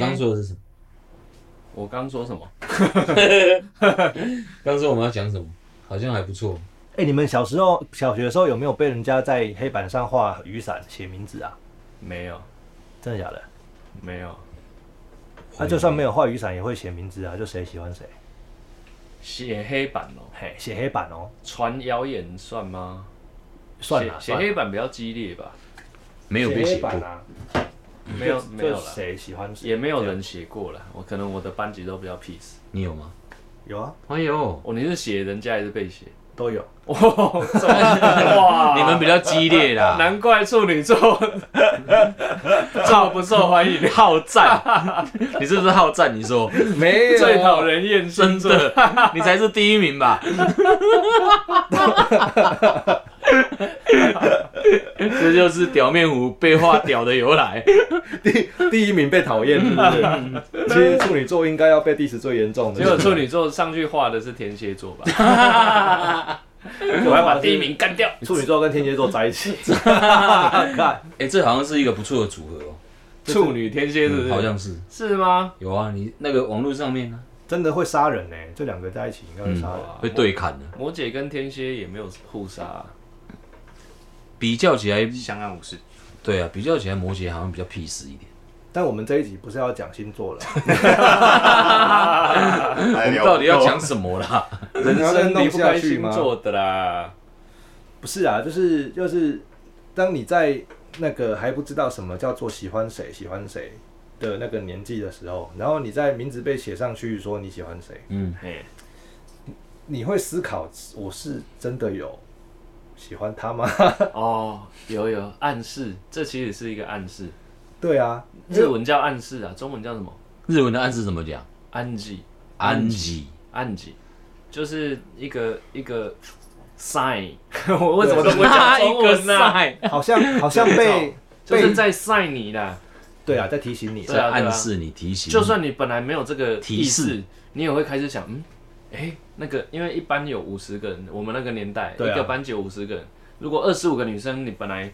刚说的是什么？哎我刚说什么？刚说我们要讲什么？好像还不错。哎、你们小时候小学的时候有没有被人家在黑板上画雨伞写名字啊？没有，真的假的？没有，他、啊就算没有画雨伞也会写名字啊，就谁喜欢谁。写黑板哦、嘿，写黑板哦，传谣言算吗？算了，写写算啦黑板比较激烈吧，没有被写写黑过板，啊，没 有就没有就了，谁喜欢谁也没有人写过了。我可能我的班级都比较 peace。你有吗？有啊，哎呦，哦，你是写人家还是被写？都有。哇，这么哇你们比较激烈 啦。难怪处女座这么不受欢迎，好战， 你是不是好战？你说没最讨人厌星真座。的，你才是第一名 吧？这就是表面虎被画屌的由来。第一名被讨 厌，是不是？其实处女座应该要被 diss 最严重的。结果处 女座上去画的是天蝎座吧？我我要把第一名干掉。 处女座跟天蝎座在 一起，看哎，这好像是一个不错的组合哦，处女天蝎是不是？嗯好像是是吗？有啊。你那个网络上面呢，真的会杀人呢、欸这两个在一起应该会杀人。哇会对砍的，摩羯跟天蝎也没有互杀啊、比较起来，相安无事。对啊，比较起来，摩羯好像比较 peace 一点。但我们这一集不是要讲星座了，来我们聊到底要讲什么啦？人生离弄不下开去星吗？座的啦。不是啊，就是就是，当你在那个还不知道什么叫做喜欢谁喜欢谁的那个年纪的时候，然后你在名字被写上去说你喜欢谁，嗯，嘿，你会思考我是真的有喜欢他 吗？哦，有有暗示，这其实是一个暗示。对啊，日文叫暗示啊，中文叫什么？日文的暗示怎么讲？暗记，安吉，暗记，就是一个一个 sign。我 为什么都不会讲嗯中文啊呢、赛好像好像被就是在 sign 你啦。对啊，在提醒你对啊在暗示你提醒你，就算你本来没有这个提意示识，你也会开始想，嗯，哎、那个，因为一班有五十个人，我们那个年代、对啊一个班级有五十个人，如果二十五个女生，你本来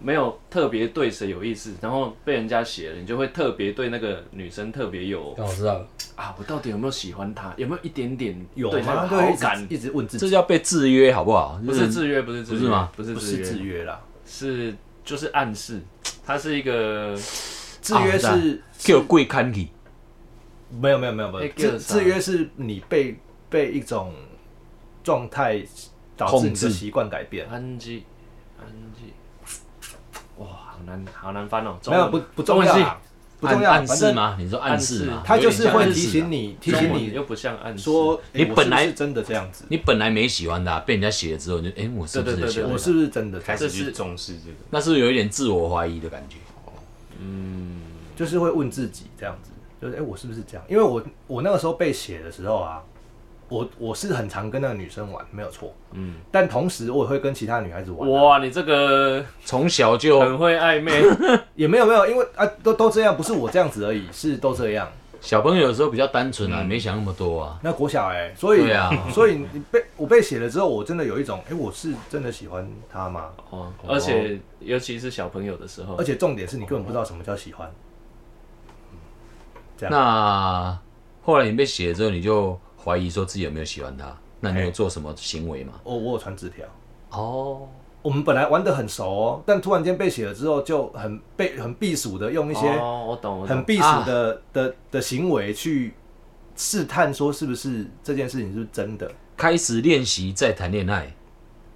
没有特别对谁有意思，然后被人家写了，你就会特别对那个女生特别有但我知道了，啊，我到底有没有喜欢她？有没有一点点有对她吗？好对，感？一直一直问自这己，叫被制约，好不好？不是制约，不是制约，不是吗？不是不制是约，制约啦，是就是暗示，它是一个哦制约啊我是叫贵看你，没有没有没有没那有，个制啥制约是你被被一种状态导致你控制的习惯改变。安吉，安吉，哇，好难，好难翻哦。中没文有不不重要中文系啦，不重要，暗反示正吗？你说暗示暗吗示？他就是会有点像暗示提醒的。你，提醒中文你又不像暗示，说你诶我本来是不是真的这样子，你本来没喜欢他，被人家写了之后，你就哎、诶我是不对对对是喜欢我他？是不是真的这开样，始去重视这个，那是不是有一点自我怀疑的感觉？就是会问自己这样子，就是诶我是不是这样？因为我我那个时候被写的时候啊，我我是很常跟那个女生玩，没有错，嗯，但同时我也会跟其他女孩子玩啊，哇，你这个从小就很会暧昧，也没有没有，因为啊都都这样，不是我这样子而已，是都这样。小朋友有时候比较单纯啊，没想那么多啊。那国小哎、所以对啊所以你被我被写了之后，我真的有一种，哎、我是真的喜欢他吗？哦， 而且尤其是小朋友的时候而，且重点是你根本不知道什么叫喜欢，对啊那后来你被写了之后，你就怀疑说自己有没有喜欢他？那你有做什么行为吗？我我有传纸条，哦，我们本来玩的很熟哦，但突然间被写了之后，就很被很避暑的用一些哦，我懂，我很懂，避啊暑的、的的行为去试探，说是不是这件事情是不是真的，开始练习再谈恋爱，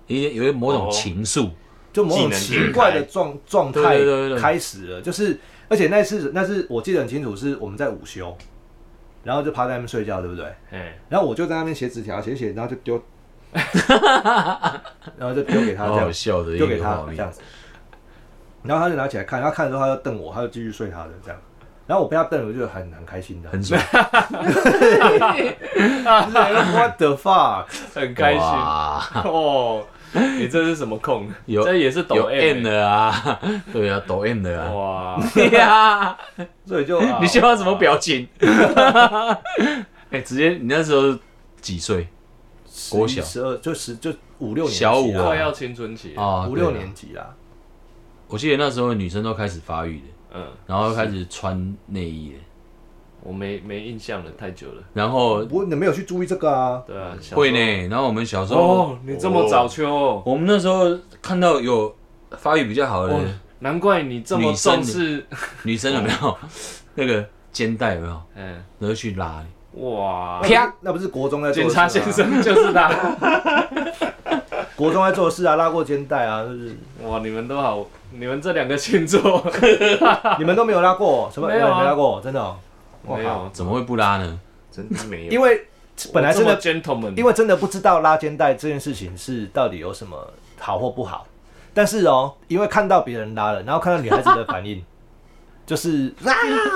有一有一某种情愫。就某种奇怪的状状态对对对对开始了，就是而且那次那次我记得很清楚，是我们在午休，然后就趴在那边睡觉，对不对？哎，然后我就在那边写纸条，写一写，然后就丢， 然后就丢给他好这样好，哦笑的一丢给个他画这面样，子。然后他就拿起来看，他看的时候他就瞪我，他就继续睡他的这样。然后我被他瞪，我就很很开心的， 很爽， What the fuck？很开心哇哦。你这是什么控？有这也是有抖 M M 欸哦的啊， 对啊，抖 M 的啊，哇， 对呀，所以就、啊你希望什么 表情？哎，直接你那时候几岁？国小十二就十就五六年级小五啦啊快要青春期了，啊，五对啊六年，级啦，我记得那时候女生都开始发育了，嗯，然后开始穿内衣了，我没没印象了，太久了。然后我你没有去注意这个啊？对啊，小时候会。呢，然后我们小时候，哦，你这么早哦秋哦，我们那时候看到有发育比较好的哦难怪你这么女生重视。女生有没有 那个肩带有没有， 嗯，然后去拉，哇，啪，那不是国中在做警的事察啊先，生就是他。 国中在做的事啊，拉过肩带啊，就是哇，你们都好，你们这两个星座你们都没有拉过，什么没有啊没拉过，真的哦。哇没好有，怎么会不拉呢？真的没有。因为本来真的我这么 gentleman，因为真的不知道拉肩带这件事情是到底有什么好或不好，但是哦，因为看到别人拉了，然后看到女孩子的反应， 就是啊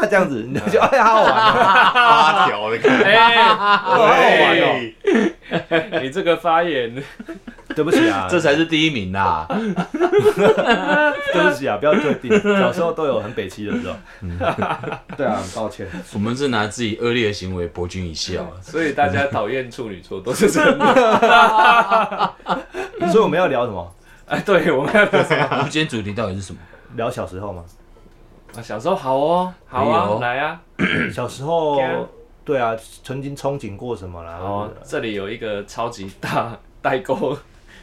这样子，你就哎好好玩啊，八条的感觉，哎，好好玩哦。哎哦你这个发言，对不起啊，这才是第一名啦！对不起啊，不要特定，小时候都有很北齐的时候。对啊，很抱歉。我们是拿自己恶劣的行为博君一笑。所以大家讨厌处女座都是真的。所以我们要聊什么？哎，对，我们我们今天主题到底是什么？聊小时候吗？啊小时候好哦，好可以啊哦，来啊，小时候对啊，对啊，曾经憧憬过什么啦？好啊，这里有一个超级大代沟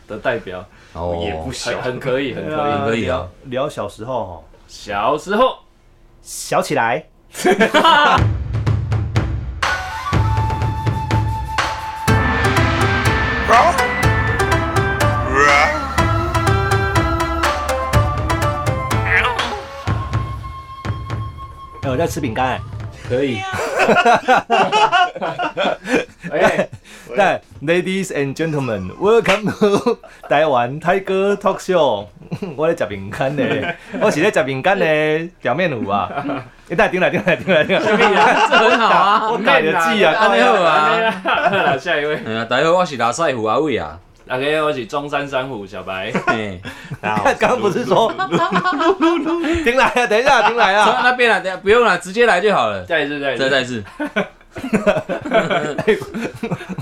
的代表，哦，也不小很很可以，很对可以。啊，可以可以啊聊聊小时候哦，小时候小起来。哎，我在吃饼干、可 以。哎，但 ladies and gentlemen, welcome to 台湾泰哥 talk show。我 在食饼干 呢，我是在食饼干呢，表面糊 啊。你带顶来顶来顶来顶 来，这很好啊。我改的记啊，安尼好啊。好下一位，哎呀，大家好，我是拉塞虎阿伟啊。大家我是中山珊瑚小 白，哎，大家好 刚刚不是说顶啊来啊，等一下顶来从啊。 那边来，等下不用了，直接来就好了。再一次，再一再次，再一次，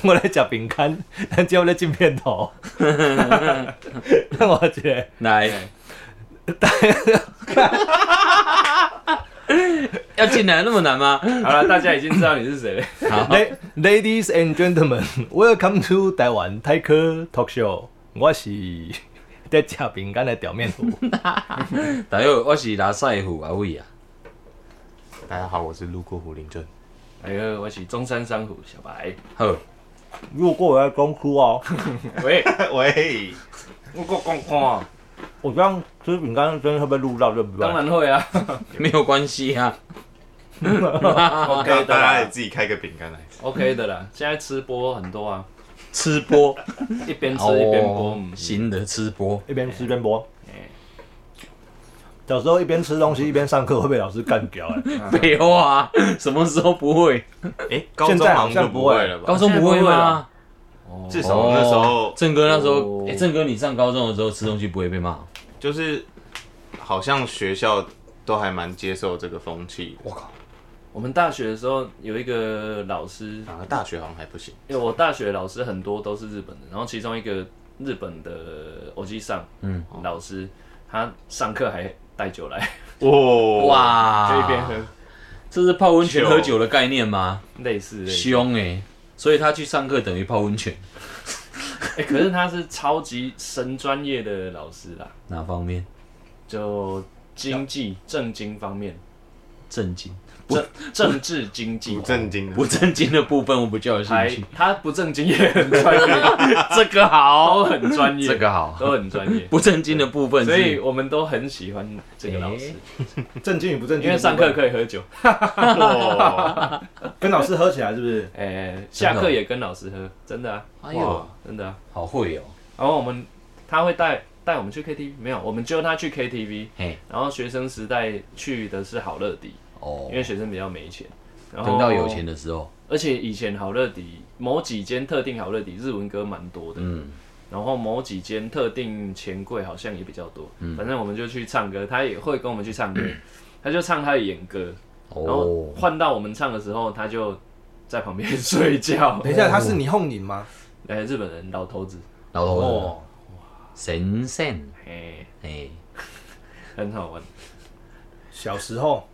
我在食饼干，但结果在进片头。 让我觉得来。 要进来那么难吗？好了，大家已经知道你是谁了。好， La- Ladies and gentlemen, welcome to 台湾泰科 talk show。我是在吃饼干的表面糊。大家好，我是拉塞虎阿伟啊。大家好，我是路过胡林镇。哎呦，我是中山珊瑚小白。好，如果我要公哭哦，喂， 喂，我讲讲看，我这样吃饼干真的会被录到，对不对？当然会 啊。没有关系啊。 OK 的大家也啦自己开个饼干来吃。 ，OK 的啦。现在吃播很多啊，吃播，一边 吃一边播。哦嗯新的吃播，一边吃一边播哎。小时候一边吃东西一边上课，会被老师干 掉、欸。废话啊，什么时候不会？哎，高现中在好好像像就不不会会了吧高？中不哦现会在不会吗了？哦至少我那时候哦郑哥那时候，哦哎、郑哥你上高中的时候吃东西不会被骂？就是好像学校都还蛮接受这个风气的，我靠，我们大学的时候有一个老师，反而大学好像还不行。因为我大学老师很多都是日本的，然后其中一个日本的欧基上，嗯嗯，老师他上课还带酒来，哇，哇，哦就一边喝，这是泡温泉秀喝酒的概念吗？类似类似。凶哎、所以他去上课等于泡温泉，哎、可是他是超级神专业的老师啦，哪方面？就经济政经方面，正经政政治经济不。正经的不正经的部分我比较有兴还趣，他不正经也很专业， 这个好，都很专业，这个好，都很专业，不正经的哎部分所以是我们都很喜欢这个老师，正经与不正因经为的部分，上课可以喝酒，哇，跟老师合起来，是不是？哎、下课也跟老师喝，真的啊，哦哎哇呦，真的啊。好会哦、然后我们他会带带我们去 KTV，没有，我们揪他去 KTV。嘿，然后学生时代去的是好乐迪，因为哦，学生比较没钱。然后等到有钱，的时候，而且以前好乐迪某几间特定好乐迪日文歌蛮多的，嗯，然后某几间特定钱柜好像也比较多。嗯反正我们就去唱歌，他也会跟我们去唱 歌，他就唱他的演歌，然后哦，换到我们唱的时候，他就在旁边 睡觉。等一下，他是你哄你吗？哎，日本人老头子，哦老哦头子，神仙，哎，哎，很好玩。 小时候，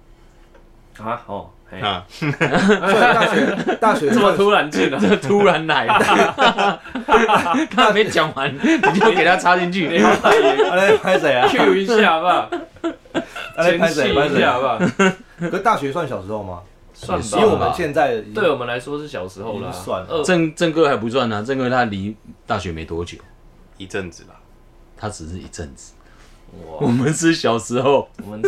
啊，哦，嘿，啊，所以大学大学这么 突然进来，这突然来 的，他还没讲 完，你就给他插进去。 来拍谁 啊？ Q 一下 吧，啊哎来前拍戏谁？拍一谁？下吧，可大学算小时候吗？算因吧。为我们现在哦 对我哦们来说是小时候啦，已经算了二郑郑哥还不算呢、啊，郑哥他离大学没多久，一阵子吧。他只是一阵子。 我哇，们是小时候，我们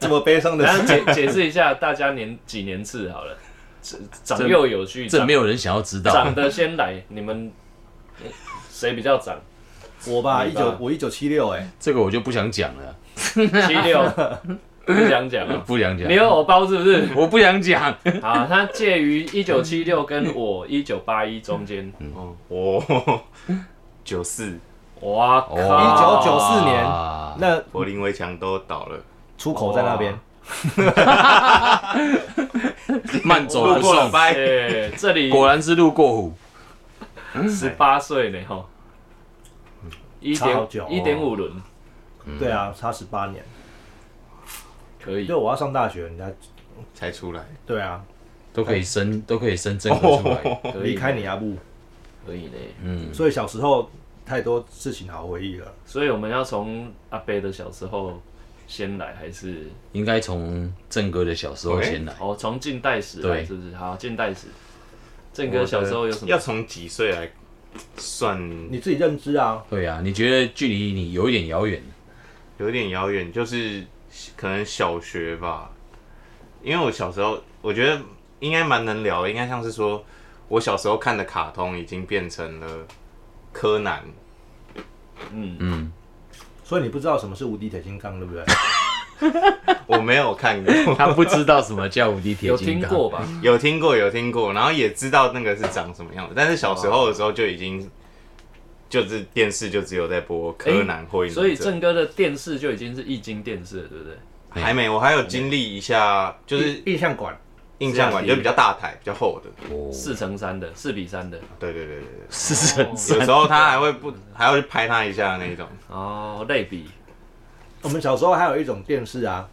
这么 悲伤的然事后解解释一下大家年几年次好了，长长幼有序，这长没有人想要知道长。的先来，你们呃谁比较长？我吧，一你吧九我一九七六哎，这个我就不想讲了，七 六，不想讲了。不想你讲，有偶包是不 是？我不想讲。好，他介于一九七六跟我一九八一中间。嗯哦，我九四哇哦靠！ 1994年啊那柏林围墙都倒了，出口在那边，慢走不路过了送，拜。哎，这里果然是路过虎。十八岁呢哈，嗯一差好点久哦一点五轮嗯对啊，差十八年，可以就。我要上大学，人家才出来。对啊，都可以生，都可以生正哥出 来。可以离开你阿布，可以嘞。嗯，所以小时候太多事情好回忆了。所以我们要从阿贝的小时候先来，还是应该从正哥的小时候先来。哦从近代史来，对是不是？好，近代史。郑哥小时候有什要么？从几岁来算？你自己认知啊，对啊，你觉得距离你有一点遥远，有点遥远，就是可能小学吧。因为我小时候，我觉得应该蛮能聊的，应该像是说，我小时候看的卡通已经变成了柯南，嗯，嗯，所以你不知道什么是无敌铁金刚，对 不对？我没有看过，他不知道什么叫无敌铁有金听刚。过 吧？有听过有听过，然后也知道那个是长什么样子，但是小时候的时候就已经。就是电视就只有在播柯南火影所以忍者郑哥的电视就已经是易经电视了，对不对？哦还没，我还有经历一下，就是印象馆，印象啊馆就比较大台、比较厚的，哦四乘三的，四比三的。对对对对对是神啊对，有时候他还会不还要去拍他一下那一种，哦，类比我们小时候还有一种电视啊，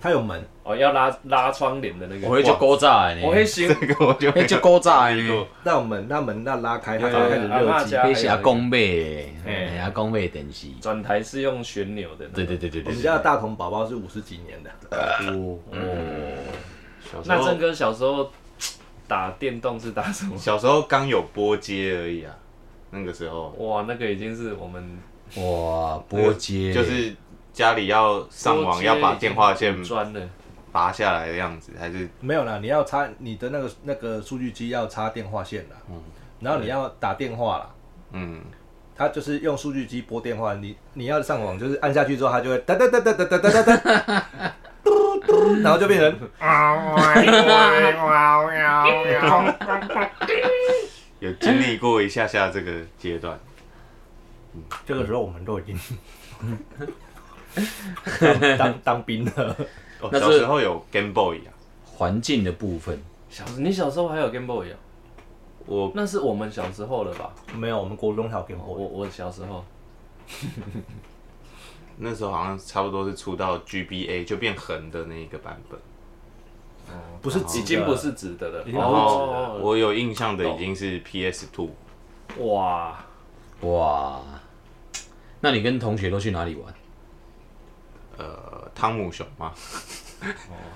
它有门，哦，要拉拉窗帘的那我会个。就勾炸 呢，我会 行，这个我就没会有哎就勾炸欸呢，那有门，那门那拉开，它对才开始阿热嬷机。家那是阿公买的，嘿哎，阿公买的电视。转台是用旋钮的。对对。对对对我们对家的大童宝宝是五十几年的，小时那郑候哥小时候打电动是打什么？ 小时候刚有波接而已啊，那个时候哇，那个已经是我们对哇，波接就是家里要上多网接要把电话线已经钻了。嗯拔下来的样子，还是没有啦，你要插你的那个那个数据机要插电话线啦，然后你要打电话啦，嗯，它就是用数据机拨电话，你你要上网就是按下去之后，它就会哒哒哒哒哒哒哒哒哒，嘟嘟然后就变成有经历过一下下这个阶段，这个时候我们都已经 当当当兵了，哦那是小时候有 Game Boy 啊，环境的部分，小时你小时候还有 Game Boy 啊？我那是我们小时候了吧？没有，我们国中还有 Game 我 Boy，我小时候那时候好像差不多是出到 GBA 就变横的那一个版本，不是直已经不是直的了。已经不是直的哦我有印象的已经是 PS Two，哇，哇，那你跟同学都去哪里玩？ 呃，汤姆熊嘛，哦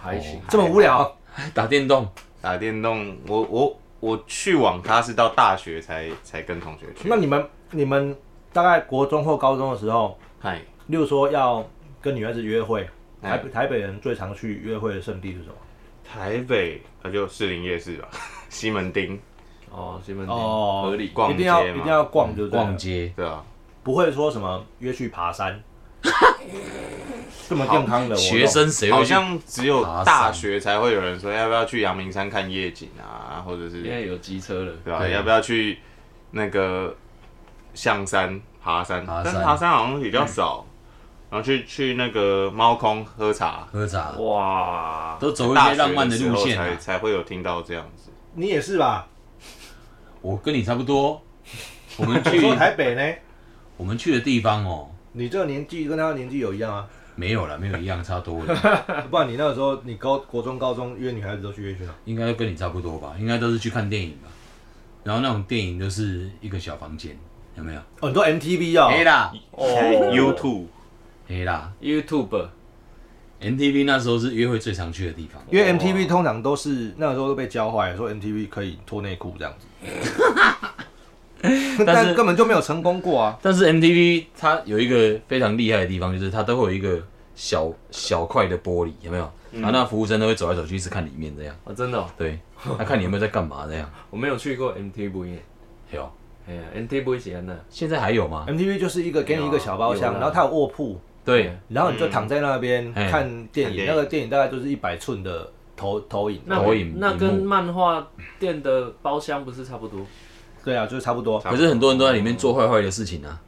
还行。这么无聊，打电动，打电动，我我我去网咖是到大学才才跟同学去，那你们你们大概国中或高中的时候，嗨，例如说要跟女孩子约会，台哎台北人最常去约会的圣地是什么？台北那就士林夜市吧， 西门町，哦，西门町哦合理。逛街一定要嘛一定要逛就对了嗯逛，街，对啊，不会说什么约去爬山，这么健康的活动学生谁好会去？像只有爬山大学才会有人说要不要去阳明山看夜景啊，或者是因为有机车了，对吧、啊？对要不要去那个象山爬山？爬但山爬山好像比较少，然后去去那个猫空喝茶，喝茶，哇，都走一大些学浪漫的时路候线才啊。才会有听到这样子。你也是吧？我跟你差不多，我们 你去说台北呢？我们去的地方哦，你这个年纪跟他的年纪有一样啊？没有了，没有一样差多了， 不然你那个时候你高国中高中约女孩子都去约去哪？应该都跟你差不多吧？应该都是去看电影吧？然后那种电影就是一个小房间，有没有？哦，你说 MTV 啊、黑啦，哦，YouTube 黑啦哦，YouTube ，MTV 那时候是约会最常去的地方。因为 MTV 通常都是那个时候都被教坏了，说 MTV 可以脱内裤这样子， 但但是根本就没有成功过啊。但是 MTV 它有一个非常厉害的地方，就是它都会有一个小小块的玻璃，有没有？嗯然后那服务生都会走来走去，一直看里面这样。哦，真的哦， 对，他看你有没有在干嘛这样。我没有去过 MTV，有，哎呀，MTV 喜欢的，现在还有嗯吗？ MTV 就是一个给你一个小包有厢，啦然后它有卧铺，对，然后你就躺在那边嗯看电看影，电影那个电影大概就是一百寸的投投影，那投影那跟屏幕漫画店的包厢不是差不多？对啊，就是差不多，可是很多人都在里面做坏坏的事情啊。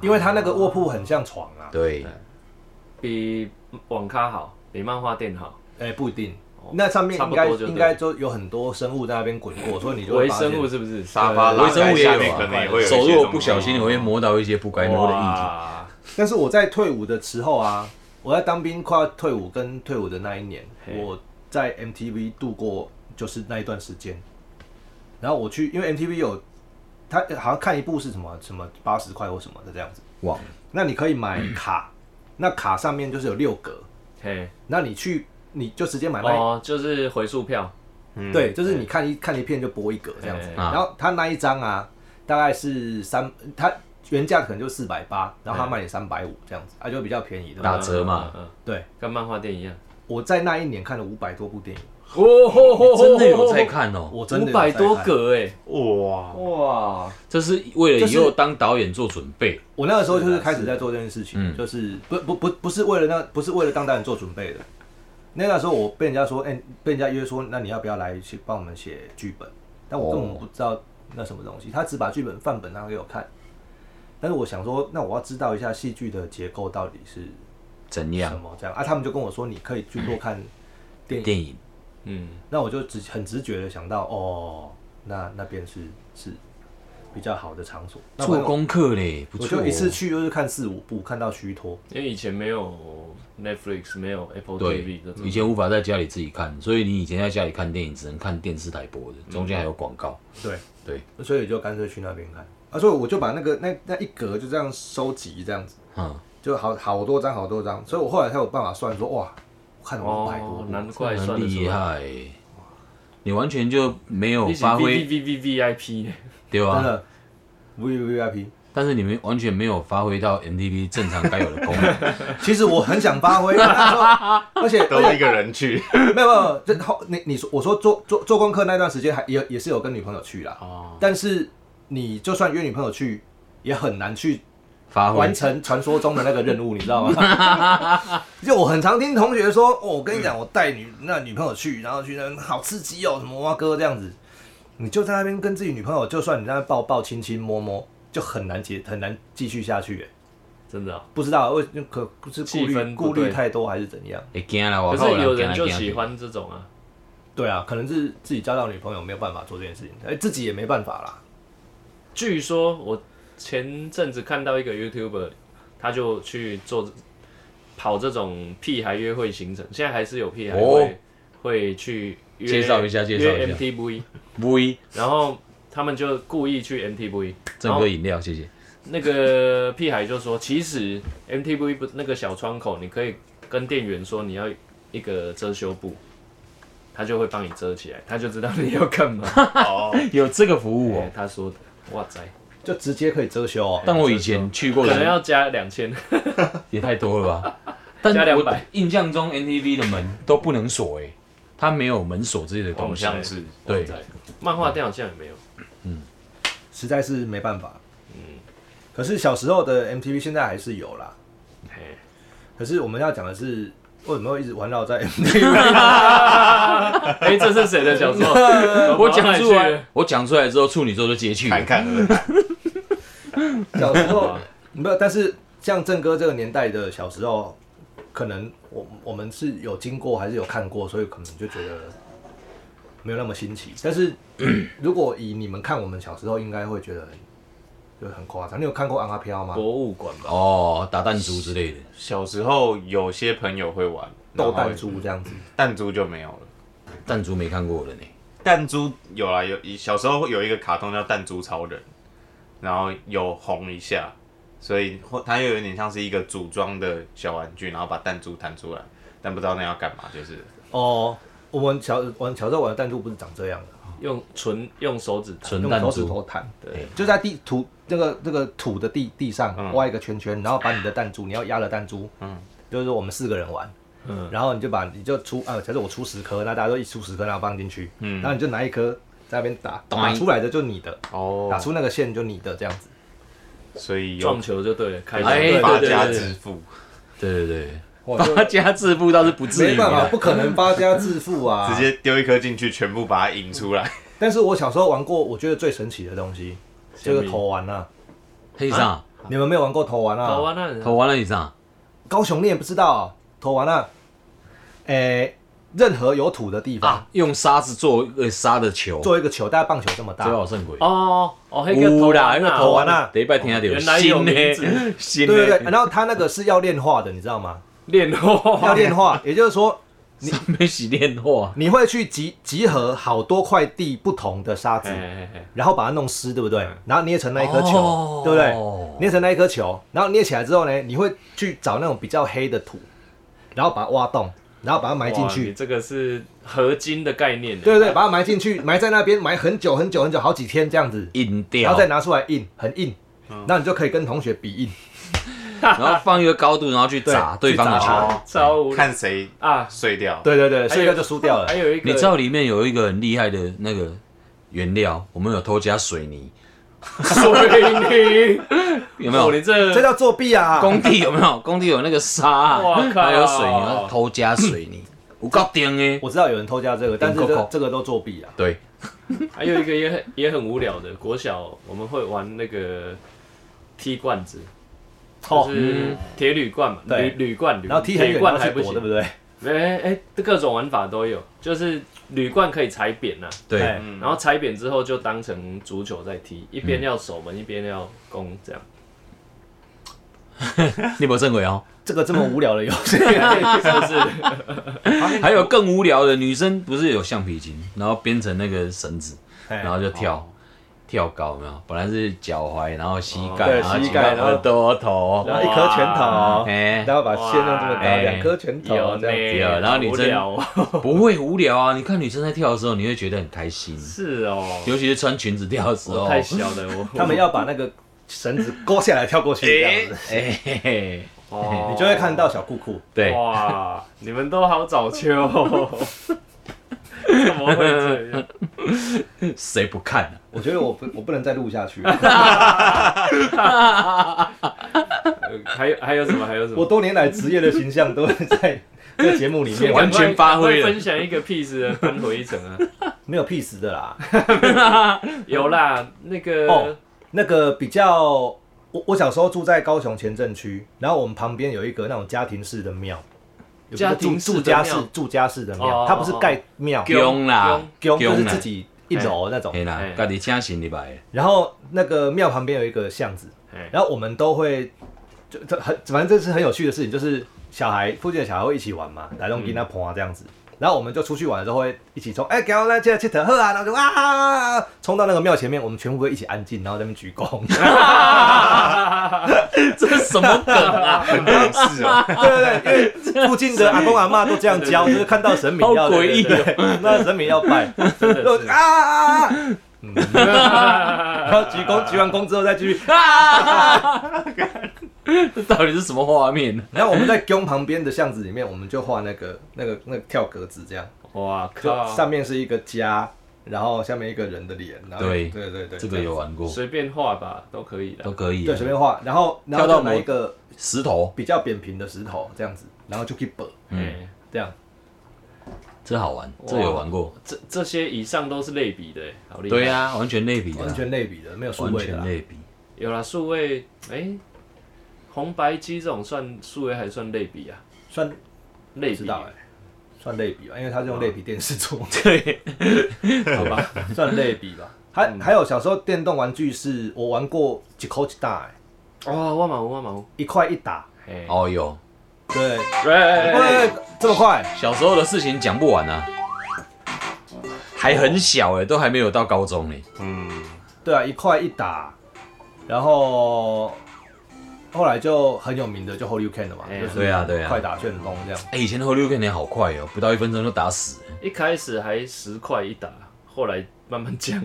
因为它那个卧铺很像床啊，对，比网咖好，比漫画店好，哎、不一定。那上面应哦该差不多就对应该就有很多生物在那边滚过，所以你就会微发现生物是不是？沙发拉微生开物也下面有可能也啊会有一，些手如果东不西小心，我会摸到一些不该摸的液哇，但是我在退伍的时候啊，我在当兵快要退伍跟退伍的那一年，嘿我在 MTV 度过就是那一段时间。然后我去，因为 MTV 有，他好像看一部是什么什么八十块或什么的这样子，体。哇，那你可以买卡，那卡上面就是有六格，嘿，那你去你就直接买那一、哦，就是回数票，嗯对，就是你看一看一片就播一格这样子。哎啊然后他那一张啊，大概是三，他原价可能就四百八，然后他卖你三百五这样子，啊，就比较便宜的。打折嘛嗯，嗯嗯对，跟漫画店一样。我在那一年看了五百多部电影，哦吼吼你真的有在看哦？我真的五有百在多看。格哎，哇，哇，这是为了以就后是当导演做准备。我那个时候就是啊开始在做这件事情，嗯就是不不不不是为了那不是为了当导演做准备的。那个时候我被人家说，哎、被人家约说，那你要不要来去帮我们写剧本？但我根本哦不知道那什么东西，他只把剧本范本拿给我看。但是我想说，那我要知道一下戏剧的结构到底是怎什样？么这样啊？他们就跟我说，你可以去多看电影。电影嗯，那我就直很直觉的想到，哦，那那边是是比较好的场所。那做功课嘞，不我错哦。就一次去就是看四五部，看到虚脱。因为以前没有 Netflix，没有 Apple 对 TV 这，种以，前无法在家里自己看，所以你以前在家里看电影只能看电视台播的，中间还有广告。对对，所以就干脆去那边看啊，所以我就把那个那那一格就这样收集，这样子嗯，就好好多张好多张，所以我后来才有办法算说哇，我看了五百多哦，部，难怪很算得出厉来。害欸，你完全就没有你是发 V 挥 V V V V I P，对吧、真的 V V V I P。但是你们完全没有发挥到 MTV 正常该有的功能。其实我很想发挥，那时候而且都而且一个人去，没有没有，这后你你说我说做做做功课那段时间还也也是有跟女朋友去啦，哦但是你就算约女朋友去，也很难去啊发挥完成传说中的那个任务，你 知道吗？就我很常听同学说，哦，我跟你讲，我带女那女朋友去，然后去那边好刺激哦，什么哇哥这样子，你就在那边跟自己女朋友，就算你在那边抱抱、亲亲、摸摸，就很难结很难继续下去。哎真的哦。不知道为可是顾气虑氛不顾虑对太多还是怎样？会惊啦，我可靠是啦有人就怕怕喜欢这种啊，对啊，可能是自己交到女朋友没有办法做这件事情，哎，自己也没办法啦。据说我前阵子看到一个 YouTuber，他就去做跑这种屁孩约会行程，现在还是有屁孩会、哦会去约介绍一下介绍一下约 MTV， V 然后他们就故意去 MTV，然正后哥饮料，谢谢。那个屁孩就说，其实 MTV 不那个小窗口，你可以跟店员说你要一个遮羞布。他就会帮你遮起来，他就知道你要干嘛。哦，有这个服务哎哦，他说的，哇塞，就直接可以遮羞哦。但我以前去过可能的要加两千。也太多了吧？ 但加我200印象中 MTV 的门都不能锁哎、它没有门锁之类的好东西。像是对，漫画店好像也没有。实在是没办法。可是小时候的 MTV 现在还是有啦。嘿可是我们要讲的是，为什么会一直环 绕在 MTV？哎、这是谁的小说？我 我讲出来，我讲出来之后，处女座就接去了侃侃 而谈，小时候没有，但是像郑哥这个年代的小时候，可能我我们是有经过还是有看过，所以可能就觉得 没有那么新奇。但是如果以你们看我们小时候，应该会觉得很就很夸张。你有看过《昂阿飘》吗？博物馆吧，哦，打弹珠之类的，小时候有些朋友会玩斗弹，珠这样子，然后弹珠就没有了。弹珠没看过的呢。弹珠有啊，有小时候有一个卡通叫弹珠超人，然后有红一下，所以或它又有点像是一个组装的小玩具，然后把弹珠弹出来，但不知道那要干嘛，就是哦，我们小玩小时候玩的弹珠不是长这样的，用纯用手指弹，纯用弹手指珠头弹，对，就在地土那个那个土的地地上嗯挖一个圈圈，然后把你的弹珠，你要压的弹珠，嗯嗯，就是我们四个人玩，嗯嗯，然后你就把你就出啊，假设我出十颗，那大家都一起出十颗，然后放进去，嗯，嗯然后你就拿一颗在那边打，咚打出来的就你的，打哦，出那个线就你的这样子，所以有撞球就对了，开哎球对发对家对致富，对对对，哇，就发家致富倒是不至没于办法，啦不。可能发家致富哎啊， 直接丢一颗进去，全部把它引出来。但是我小时候玩过，我觉得最神奇的东西就是投玩啊，黑上你们没有玩过投玩啊？投啊那人投完了以上，高雄你也不知道、投完了，诶、任何有土的地方、啊，用沙子做一个沙的球，做一个球，大概棒球这么大最。好胜鬼。哦哦，那个有啦，那那投投完完啊了，第一摆听下就原来有新名的字，新对对对，的，然后他那个是要炼化的，你知道吗？练要哦，炼化，也就是说上面洗电话，你会去集集合好多块地不同的沙子，哎哎哎，然后把它弄湿，对不对？然后捏成那一颗球，哦对不对？捏成那一颗球，然后捏起来之后呢，你会去找那种比较黑的土，然后把它挖洞，然后把它埋进哇去你，这个是合金的概念，对对啊对，把它埋进去，埋在那边埋很久很久很久，好几天这样子，硬然掉后，再拿出来印，很硬。那你就可以跟同学比印，然后放一个高度，然后去砸对对方的去球砸。哦，超无聊看谁啊！碎掉。对对对，所以还有哎就输掉了还。有一个，你知道里面有一个很厉害的那个原料，我们有偷加水泥，水泥有没有哦？你这这叫作弊 啊！工地有没有？工地有那个沙啊，哇靠还有水泥，然后偷加水 泥，有够顶的。我知道有人偷加这个，但是顶这 Coco 这个都作弊啊。对，还有一个也很也很无聊的，国小我们会玩那个踢罐子，哦就是铁铝罐嘛，对铝铝罐，铝然后踢很铁远，罐然嗯还后不去躲，行对，不对？哎哎，各种玩法都有，就是铝罐可以踩扁呐、对哎，嗯然后踩扁之后就当成足球在踢，一嗯边要守门，一边要攻，这样。 你不正轨哦。这个这么无聊的游戏，哎哎还有更无聊的，女生不是有橡皮筋，然后编成那个绳子，哎然后就跳跳高，有没有？本来是脚踝，然后膝哦盖，对然后膝颈盖到然后耳朵头，然后一颗拳头，哎，然后把线弄这么高，哇两颗拳头哎有这样子。有然后女无生聊哦， 不会无聊啊！你看女生在跳的时候，你会觉得很开心，是哦，尤其是穿裙子跳的时候我。太小了，我 他们要把那个绳子勾下来跳过去，这样子，哎嘿嘿，哦你就会看到小裤裤。对，哇，你们都好早 秋、哦，怎么会这样？谁不看 啊？我觉得我不我不能再录下去了，呃还有还有什么？还有什我么？多年来职业的形象都是在这个节目里面完全发挥赶了快分享一个屁事的翻回一层 啊！没有 peace 的啦。有啦，那个、哦那个比较，我我小时候住在高雄前镇区，然后我们旁边有一个那种家庭式的庙，有一个家住庭式的住家式庙住家式的哦庙，哦啊它不是盖庙，供啦，宫就是啦自，己一楼那种。嘿啦嘿，家己请神入来的，然后那个庙旁边有一个巷子，哎然后我们都会就这很反正这是很有趣的事情，就是小孩附近的小孩会一起玩嘛，来弄吉他棚啊这样子。然后我们就出去玩的时候会一起冲，哎、给我来这去特喝啊，然后就啊，冲到那个庙前面，我们全部会一起安静，然后在那边鞠躬。哎 这是什么梗 啊？很多人是哦，对对对，因为 附近的阿公阿妈都这样教，就是看到神明要好诡异哦对那神明要拜，就啊啊啊，啊嗯然后鞠躬，鞠完躬之后再继续。这到底是什么画面呢？然后我们在宫旁边的巷子里面，我们就画那个那个那个跳格子，这样，哇就靠，上面是一个家，然后下面一个人的脸，然后对对对对，这个有啊玩过，随便画吧，都可以都的。可以对啊。随便画，然后然后跳到就拿某一个石头，比较扁平的石头这样子，然后就去拨哎，这样，这好玩，哇这有玩过。这这些以上都是类比的，哎好厉害。啊对呀，完全类比的完啦，全类比的，没有数完位的全啊啦。类比。有啦，数位哎、红白机这种算数位还算类比啊？算类知比啊道哎，算类比吧，因为它是用类比电视做，对， 好吧？算类比吧。还、还有小时候电动玩具是我玩过几口几大、欸，哦，万马屋，万马屋，一块一打，嘿，哦，有对，喂喂喂喂，这么快，小时候的事情讲不完啊，还很小哎、都还没有到高中哎、嗯，对啊，一块一打，然后后来就很有名的就 Holy Can 了嘛，哎呀就是对啊对啊快打旋风这样，哎、以前的 h o l 年好快哦、不到一分钟就打死了。一开始还十块一打，后来慢慢降，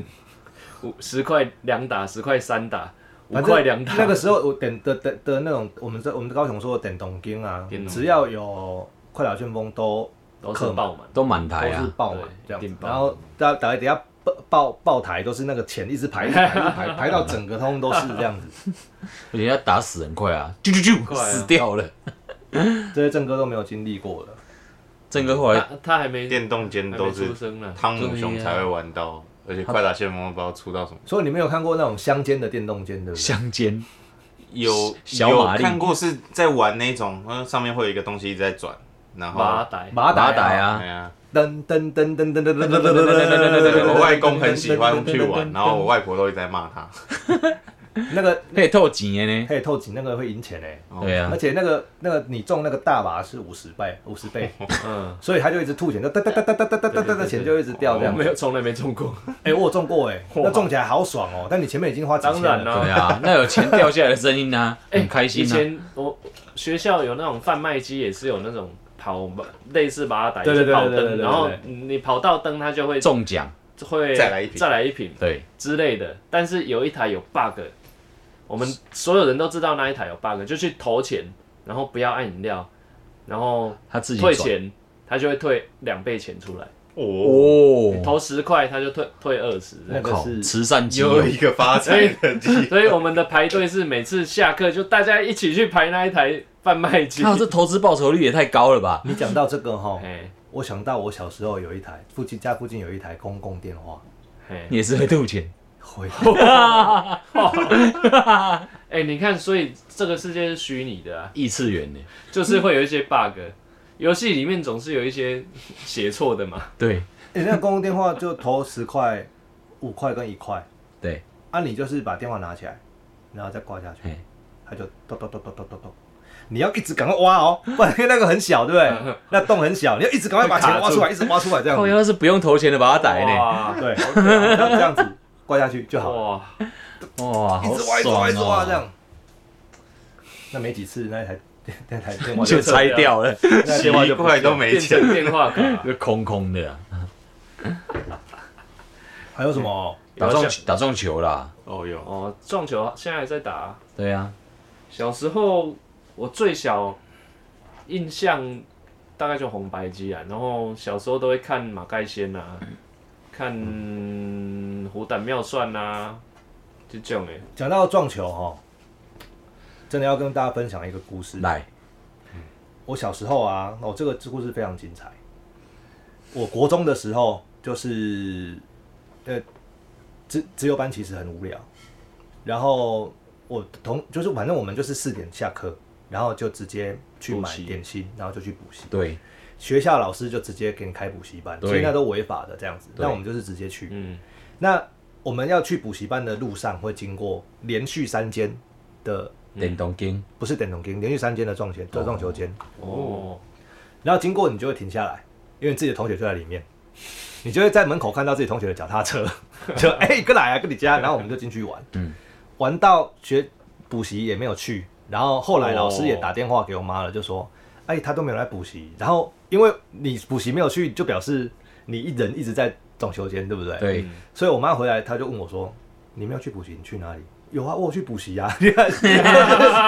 五十块两打，十块三打，五反块正两打，那个时候我点的的的那种，我们在我们高雄说的点东京啊电，动只要有快打旋风都都是爆满，都满都台是啊，爆满对这样一子定，爆然后大家打底下爆爆爆台都是那个钱一直排一直排一直排排到整个通都是这样子，而且要打死很快啊，啾啾啾，快啊 死掉了。这些正哥都没有经历过的。郑哥后来他他还没电动间还都没出是生呢，汤姆熊才会玩到，而且快打旋风不知道出到什么。所以你没有看过那种乡间的电动间，对不对？相煎，有小有马力看过是在玩那种，呃，上面会有一个东西一直在转，然马后仔，马打打打呀，呀哎，呀，噔噔噔噔噔噔噔噔噔噔噔对噔，我外公很喜欢去玩，然后我外婆都一直在骂他。那个可以透几年呢？可以透警，那个会赢钱哎、哦对啊而，且那个那个你中那个大把是五十倍，五十倍，嗯，所以他就一直吐钱，就哒哒哒哒哒哒哒哒哒钱就一直掉这我样没。有从来没中过，哎、我有中过哎、那中起来好爽哦、但你前面已经花几千当然了，啦对，啊，那有钱掉下来的声音啊，哎很开以心啊。前我学校有那种贩卖机，也是有那种跑类似马仔，对对对跑对对对灯，对然后对你跑到灯，它就会中奖，会再来一瓶再来一瓶对，之类的。但是有一台有 bug，我们所有人都知道那一台有 bug，就去投钱，然后不要按饮料，然后他自己退转钱，它就会退两倍钱出来。哦，哦，投十块，它就退退二十。那个靠，是慈善哎基又友一个发 财的机会。所以我们的排队是每次下课就大家一起去排那一台贩卖机。靠，这投资报酬率也太高了吧？你讲到这个哈，嘿我想到我小时候有一台附近家附近有一台公共 电话，嘿你也是会吐钱，会哎、你看，所以这个世界是虚拟的啊，异次元呢？就是会有一些嗯 bug，游戏里面总是有一些写错的嘛。对你、那个公共电话就投十块、五块跟一块，对，啊，你就是把电话拿起来，然后再挂下去嘿，它就咚咚咚咚咚咚咚。你要一直赶快挖哦，不然因为那个很小，对不对？ 那洞很小，你要一直赶快把钱挖出来，一直挖出来这样靠， 子，要是不用投钱的把它逮呢，哇对，这样子挂下去就好了，哇，哇，一好直挖，一直挖，爽一直挖哦，这样。那没几次，那台 那台电话就拆掉了，那电话奇就怪都没变钱，成电话卡。就空空的啊。还有什么？打中打中球啦，哦哟，哦，撞球现在还在打啊、对啊，小时候我最小印象大概就红白机啊，然后小时候都会看马盖先啊，看虎胆妙算啊，就这种哎、讲到撞球哦，真的要跟大家分享一个故事。来，我小时候啊，哦，这个故事非常精彩。我国中的时候，就是呃，自自由班其实很无聊，然后我同就是反正我们就是四点下课，然后就直接去补买习点心，然后就去补习。对，学校老师就直接给你开补习班，对所以那都违法的这样子。对那我们就是直接去。嗯，那我们要去补习班的路上，会经过连续三间的电动game，不是点桶间，连续三间的撞球撞球间。哦，然后经过你就会停下来，因为自己的同学就在里面， 你就会在门口看到自己同学的脚踏车， 就哎、欸、跟来啊，跟你家，然后我们就进去玩，嗯玩到学补习也没有去，然后后来老师也哦打电话给我妈了，就说，哎、他都没有来补习，然后因为你补习没有去，就表示你一人一直在总球间，对不对？，嗯对，所以我妈回来，她就问我说，你没有去补习，你去哪里？有啊，我有去补习啊， 你看嗯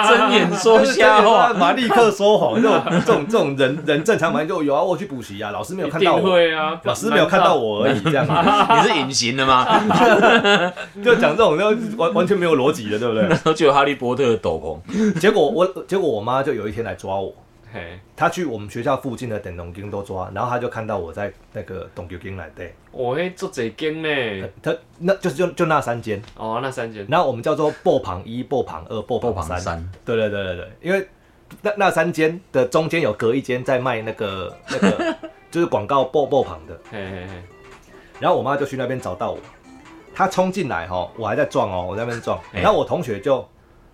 睁眼说瞎话，马立刻说谎，这种这种这种人人正常反应就有啊，我去补习啊，老师没有一看到定我，会啊，老师没有看到我而已，这样子 你是隐形的 吗？就讲这种就完完全没有逻辑的，对不对？然后就有哈利波特的斗篷，结果我结果我妈就有一天来抓难我，道，嘿，她去我们学校附近的等农经都抓，然后她就看到我在那个董球经来对，我会做这间呢，她那就是就就那三间，哦，那三间，然后我们叫做爆旁一、爆旁二、爆斗旁篷三，三，对对对对对，因为那那三间的中间有隔一间在卖那个那个 就是广告爆爆旁的，嘿嘿嘿，然后我妈就去那边找到我，她冲进来哈，我还在撞哦，我在那边撞，哎然后我同学就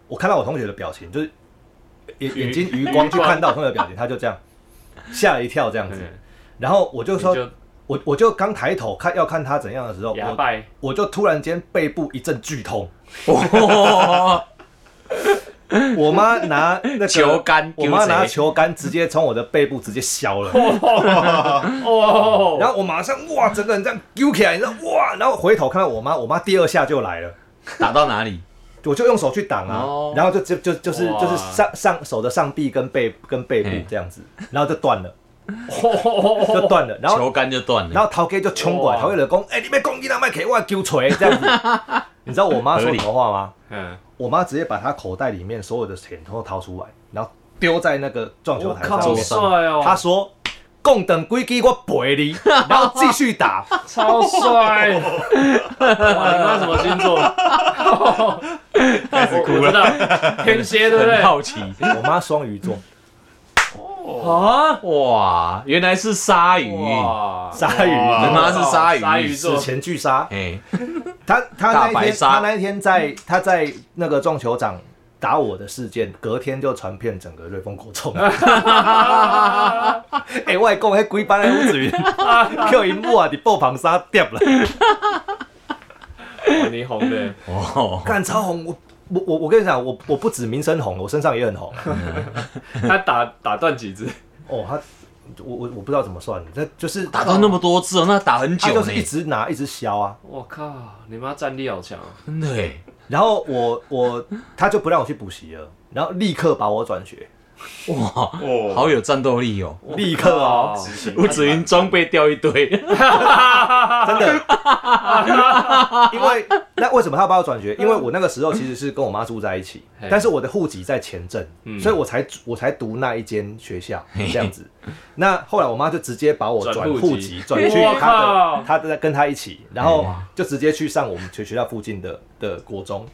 我看到我同学的表情，就是眼余眼睛余光去看到我同学的表 情，他就这样吓了一跳这样哎子，嗯然后我就你说，就我我就刚抬头看要看他怎样的时候，牙我拜，我就突然间背部一阵剧痛，哇，我妈拿那个 球杆我妈拿丢谁球杆直接从我的背部直接削了。哦，然后我马上哇，整个人这样揪起来，你知道哇，然后回头看到我妈，我妈第二下就来了，打到哪里？我就用手去挡啊，哦然后就就就就是哇就是上上手的上臂跟背跟背部嘿这样子，然后就断了，后 就断了，然后球杆就断然了。后陶哥就冲过来，哦哇陶哥就讲，哎、你别攻击他们，给我揪锤 这样子，你知道我妈说什么话吗？嗯，我妈直接把她口袋里面所有的钱都掏出来，然后丢在那个撞球我台靠，上好面，帅哦，她说。共等规矩我赔你，然后继续打， 超帅！ 哇，你妈什么星座？开始哭了，天蝎对不很对？好奇，我妈双鱼座，啊， 哇，原来是鲨鱼，你哇，鲨鱼，哇妈是鲨鱼，鲨鱼史座， 前巨鲨。哎，他他大那一白天鲨他那一天在他在那个撞球场打我的事件，隔天就传遍整个瑞丰国中。 哎、欸，外公迄规班的吴 子云，叫因母啊伫布棚衫跌了，哇你红的，哦，干超红我。我我我跟你讲，我我不止名声红，我身上也很红。他打打断几只？哦，他我我我不知道怎么算，那就是打断那么多次哦，那打很他久就是一呢，直拿一直削啊。我靠，你妈战力好强哦！真的哎，然后我我他就不让我去补习了，然后立刻把我转学，哇，哦好有战斗力哦。立刻哦， 执行吴子云装备掉一 堆，真的。因为那为什么他要把我转学？因为我那个时候其实是跟我妈住在一起嗯嘿，嗯但是我的户籍在前镇，所以我才我才读那一间学校这样子。那后来我妈就直接把我转转户籍户籍，转去我她靠的她的跟她一起，然后哇就直接去上我们学学校附近的的国中。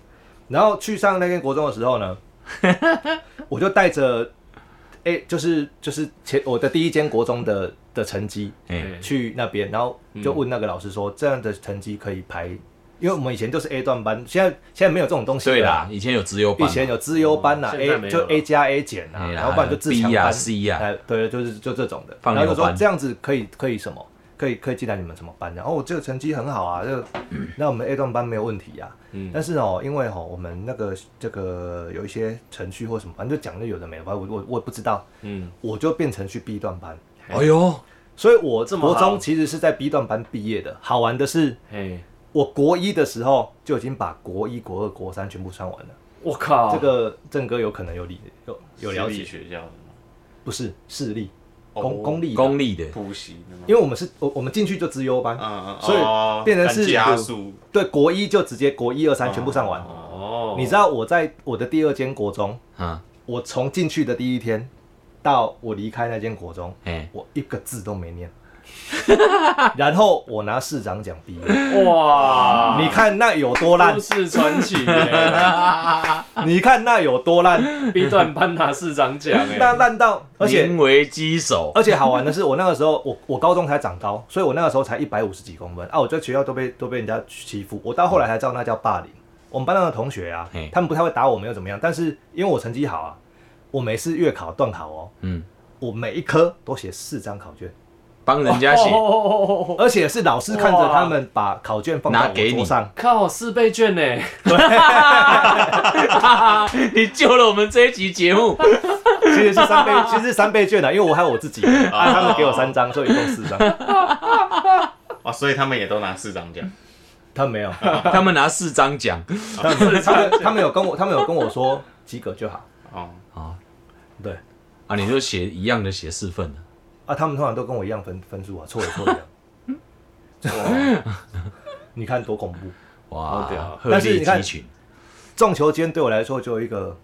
然后去上那间国中的时候呢，我就带着。哎、就是就是前我的第一间国中的的成绩，哎，去那边，然后就问那个老师说，这样的成绩可以排，因为我们以前就是 A 段班，现在现在没有这种东西了对啦，，以前有直优以班啊嗯嘛，前有资优班呐、啊哦现在没 a 有就了 A 加 A 减啊，哎呀然后不然就自强 B 班啊 C 啊哎，对，就是就这种的。放然后就牛说班这样子可以可以什么，可以可以进来你们什么班？然后、哦、这个成绩很好啊， 这个那我们 A 段班没有问题啊。嗯但是哦，因为哦，我们那个这个有一些程序或什么，反正就讲的有的没的，反正我我我也不知道，嗯，我就变成去 B 段班。哎呦，所以我这么国好中其实是在 B 段班毕业的。好玩的是，嘿，我国一的时候就已经把国一、国二、国三全部上完了。我靠，这个郑哥有可能有理有有了私立解，学校的吗不是私立哦公公立的，公立的，补习的吗？因为我们是我我们进去就资优啊班，嗯嗯，所以哦变成是按加速，对国一就直接国一二三全部上完。哦，你知道我在我的第二间国中，啊，我从进去的第一天到我离开那间国中，哎，我一个字都没 念。然后我拿市长奖毕业，哇，你看那有多烂都，市传奇 耶你看那有多烂， ，B 段班拿市长奖那啊 哎，烂到，而且名为鸡手，而且好玩的是，我那个时候我我高中才长高，所以我那个时候才一百五十几公分啊，我在学校都被都被人家欺负，我到后来才知道那叫霸凌。我们班上的同学啊嘿，他们不太会打我，没有怎么样，但是因为我成绩好啊，我每次月考、段考哦，嗯，我每一科都写四张考卷，帮人家写，哦而且是老师看着哇他们把考卷放到拿给我你桌上，靠，四倍券呢？ 你救了我们这一集节目，其实是三倍，其实是三倍卷啊，因为我还有我自 己，啊，他们给我三张，所以一共四张，啊，所以他们也都拿市长奖。他们没有。他们拿四张奖，他们 他们他们有跟我，他们有跟我说及格就好。哦，对啊，你就写一样的写四份啊啊，他们通常都跟我一样分分数啊，错也错一样。 你看多恐怖！哇好屌，鹤但是立你看鸡群，撞球间对我来说就有一个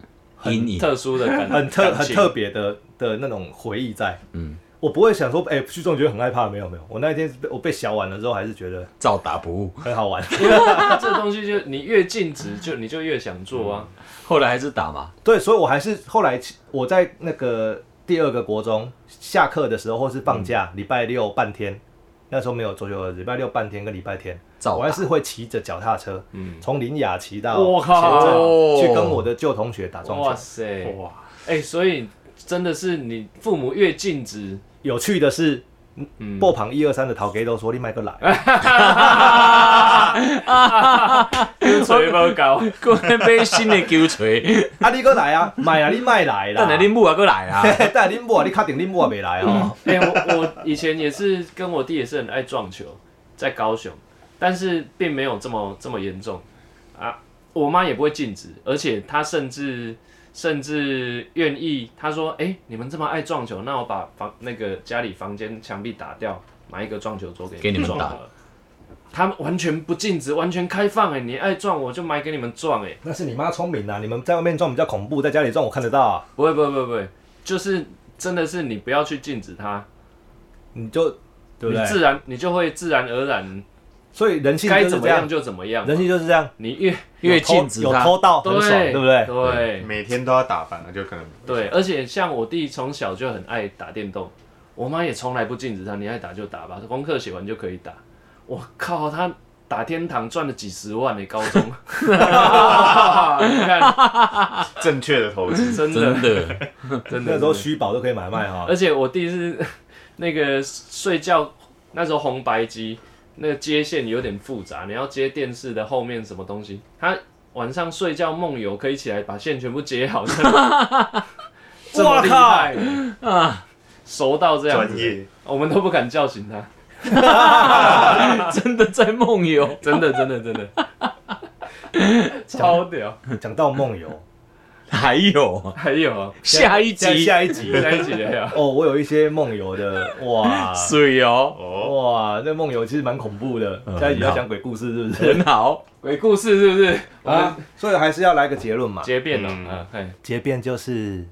阴影，特殊的感，很特感很情特别的的那种回忆在。嗯，我不会想说，哎、去中觉得很害怕，没有没有，我那一天是被我被小玩了之后，还是觉得照打不误，很好玩。 因为 这东西就你越禁止，就你就越想做啊。后来还是打嘛，对，所以我还是后来我在那个第二个国中下课的时候，或是放嗯假，礼、拜六半天，那时候没有周休二日，礼拜六半天跟礼拜天，照我还是会骑着脚踏车，嗯，从林雅骑到我靠前镇哦去跟我的旧同学打撞哇球。塞，哇，哎、所以真的是你父母越禁止，有趣的是，嗯 波旁一二三的陶给都说你买个来，啊吹不高，过来被新的球 锤，啊你个来啊，买啊你卖来 啦，但来恁母啊，过来 啊，但林啊，你卡定林啊没来哦。哎、我我以前也是跟我弟也是很爱撞球，在高雄，但是并没有这么这么严重啊。我妈也不会禁止，而且她甚至甚至愿意，她说：“哎、你们这么爱撞球，那我把房那个家里房间墙壁打掉，买一个撞球桌给给你们撞打好了。”他们完全不禁止，完全开放哎、你爱撞我就买给你们撞哎、那是你妈聪明啊！你们在外面撞比较恐怖，在家里撞我看得到、啊，不会不会不会不会，就是真的是你不要去禁止它，你就对不你对？自然你就会自然而然所以人性该就怎是这么样样，就怎么样嘛，人性就是这样，你越越有偷禁止有他，偷盗对很爽，对不对？嗯对每天都要打扮，那就可能对，而且像我弟从小就很爱打电动，我妈也从来不禁止他，你爱打就打吧，功课写完就可以打。我靠，他打天堂赚了几十万呢、高 中， 你看正确的投资。真的真的， 真的那时候虚宝都可以买卖哈、而且我弟是 那个睡觉那时候红白机那个接线有点复杂，你要接电视的后面什么东西，他晚上睡觉梦游可以起来把线全部接好，这么 这么厉害啊，熟到这样专子，业，我们都不敢叫醒他，真的在梦 游，真的真的真的，超屌！讲到 梦游，还有还有 啊， 下一下集，下一集在一起还有，哦，我有一些梦游的，哇水哦，哦，哇，那梦游其实蛮恐怖的。嗯下一集要讲鬼故事是不是？很好，鬼故事是不是？我们啊，所以还是要来个结论嘛，结辩了嗯啊，嘿。结辩就是。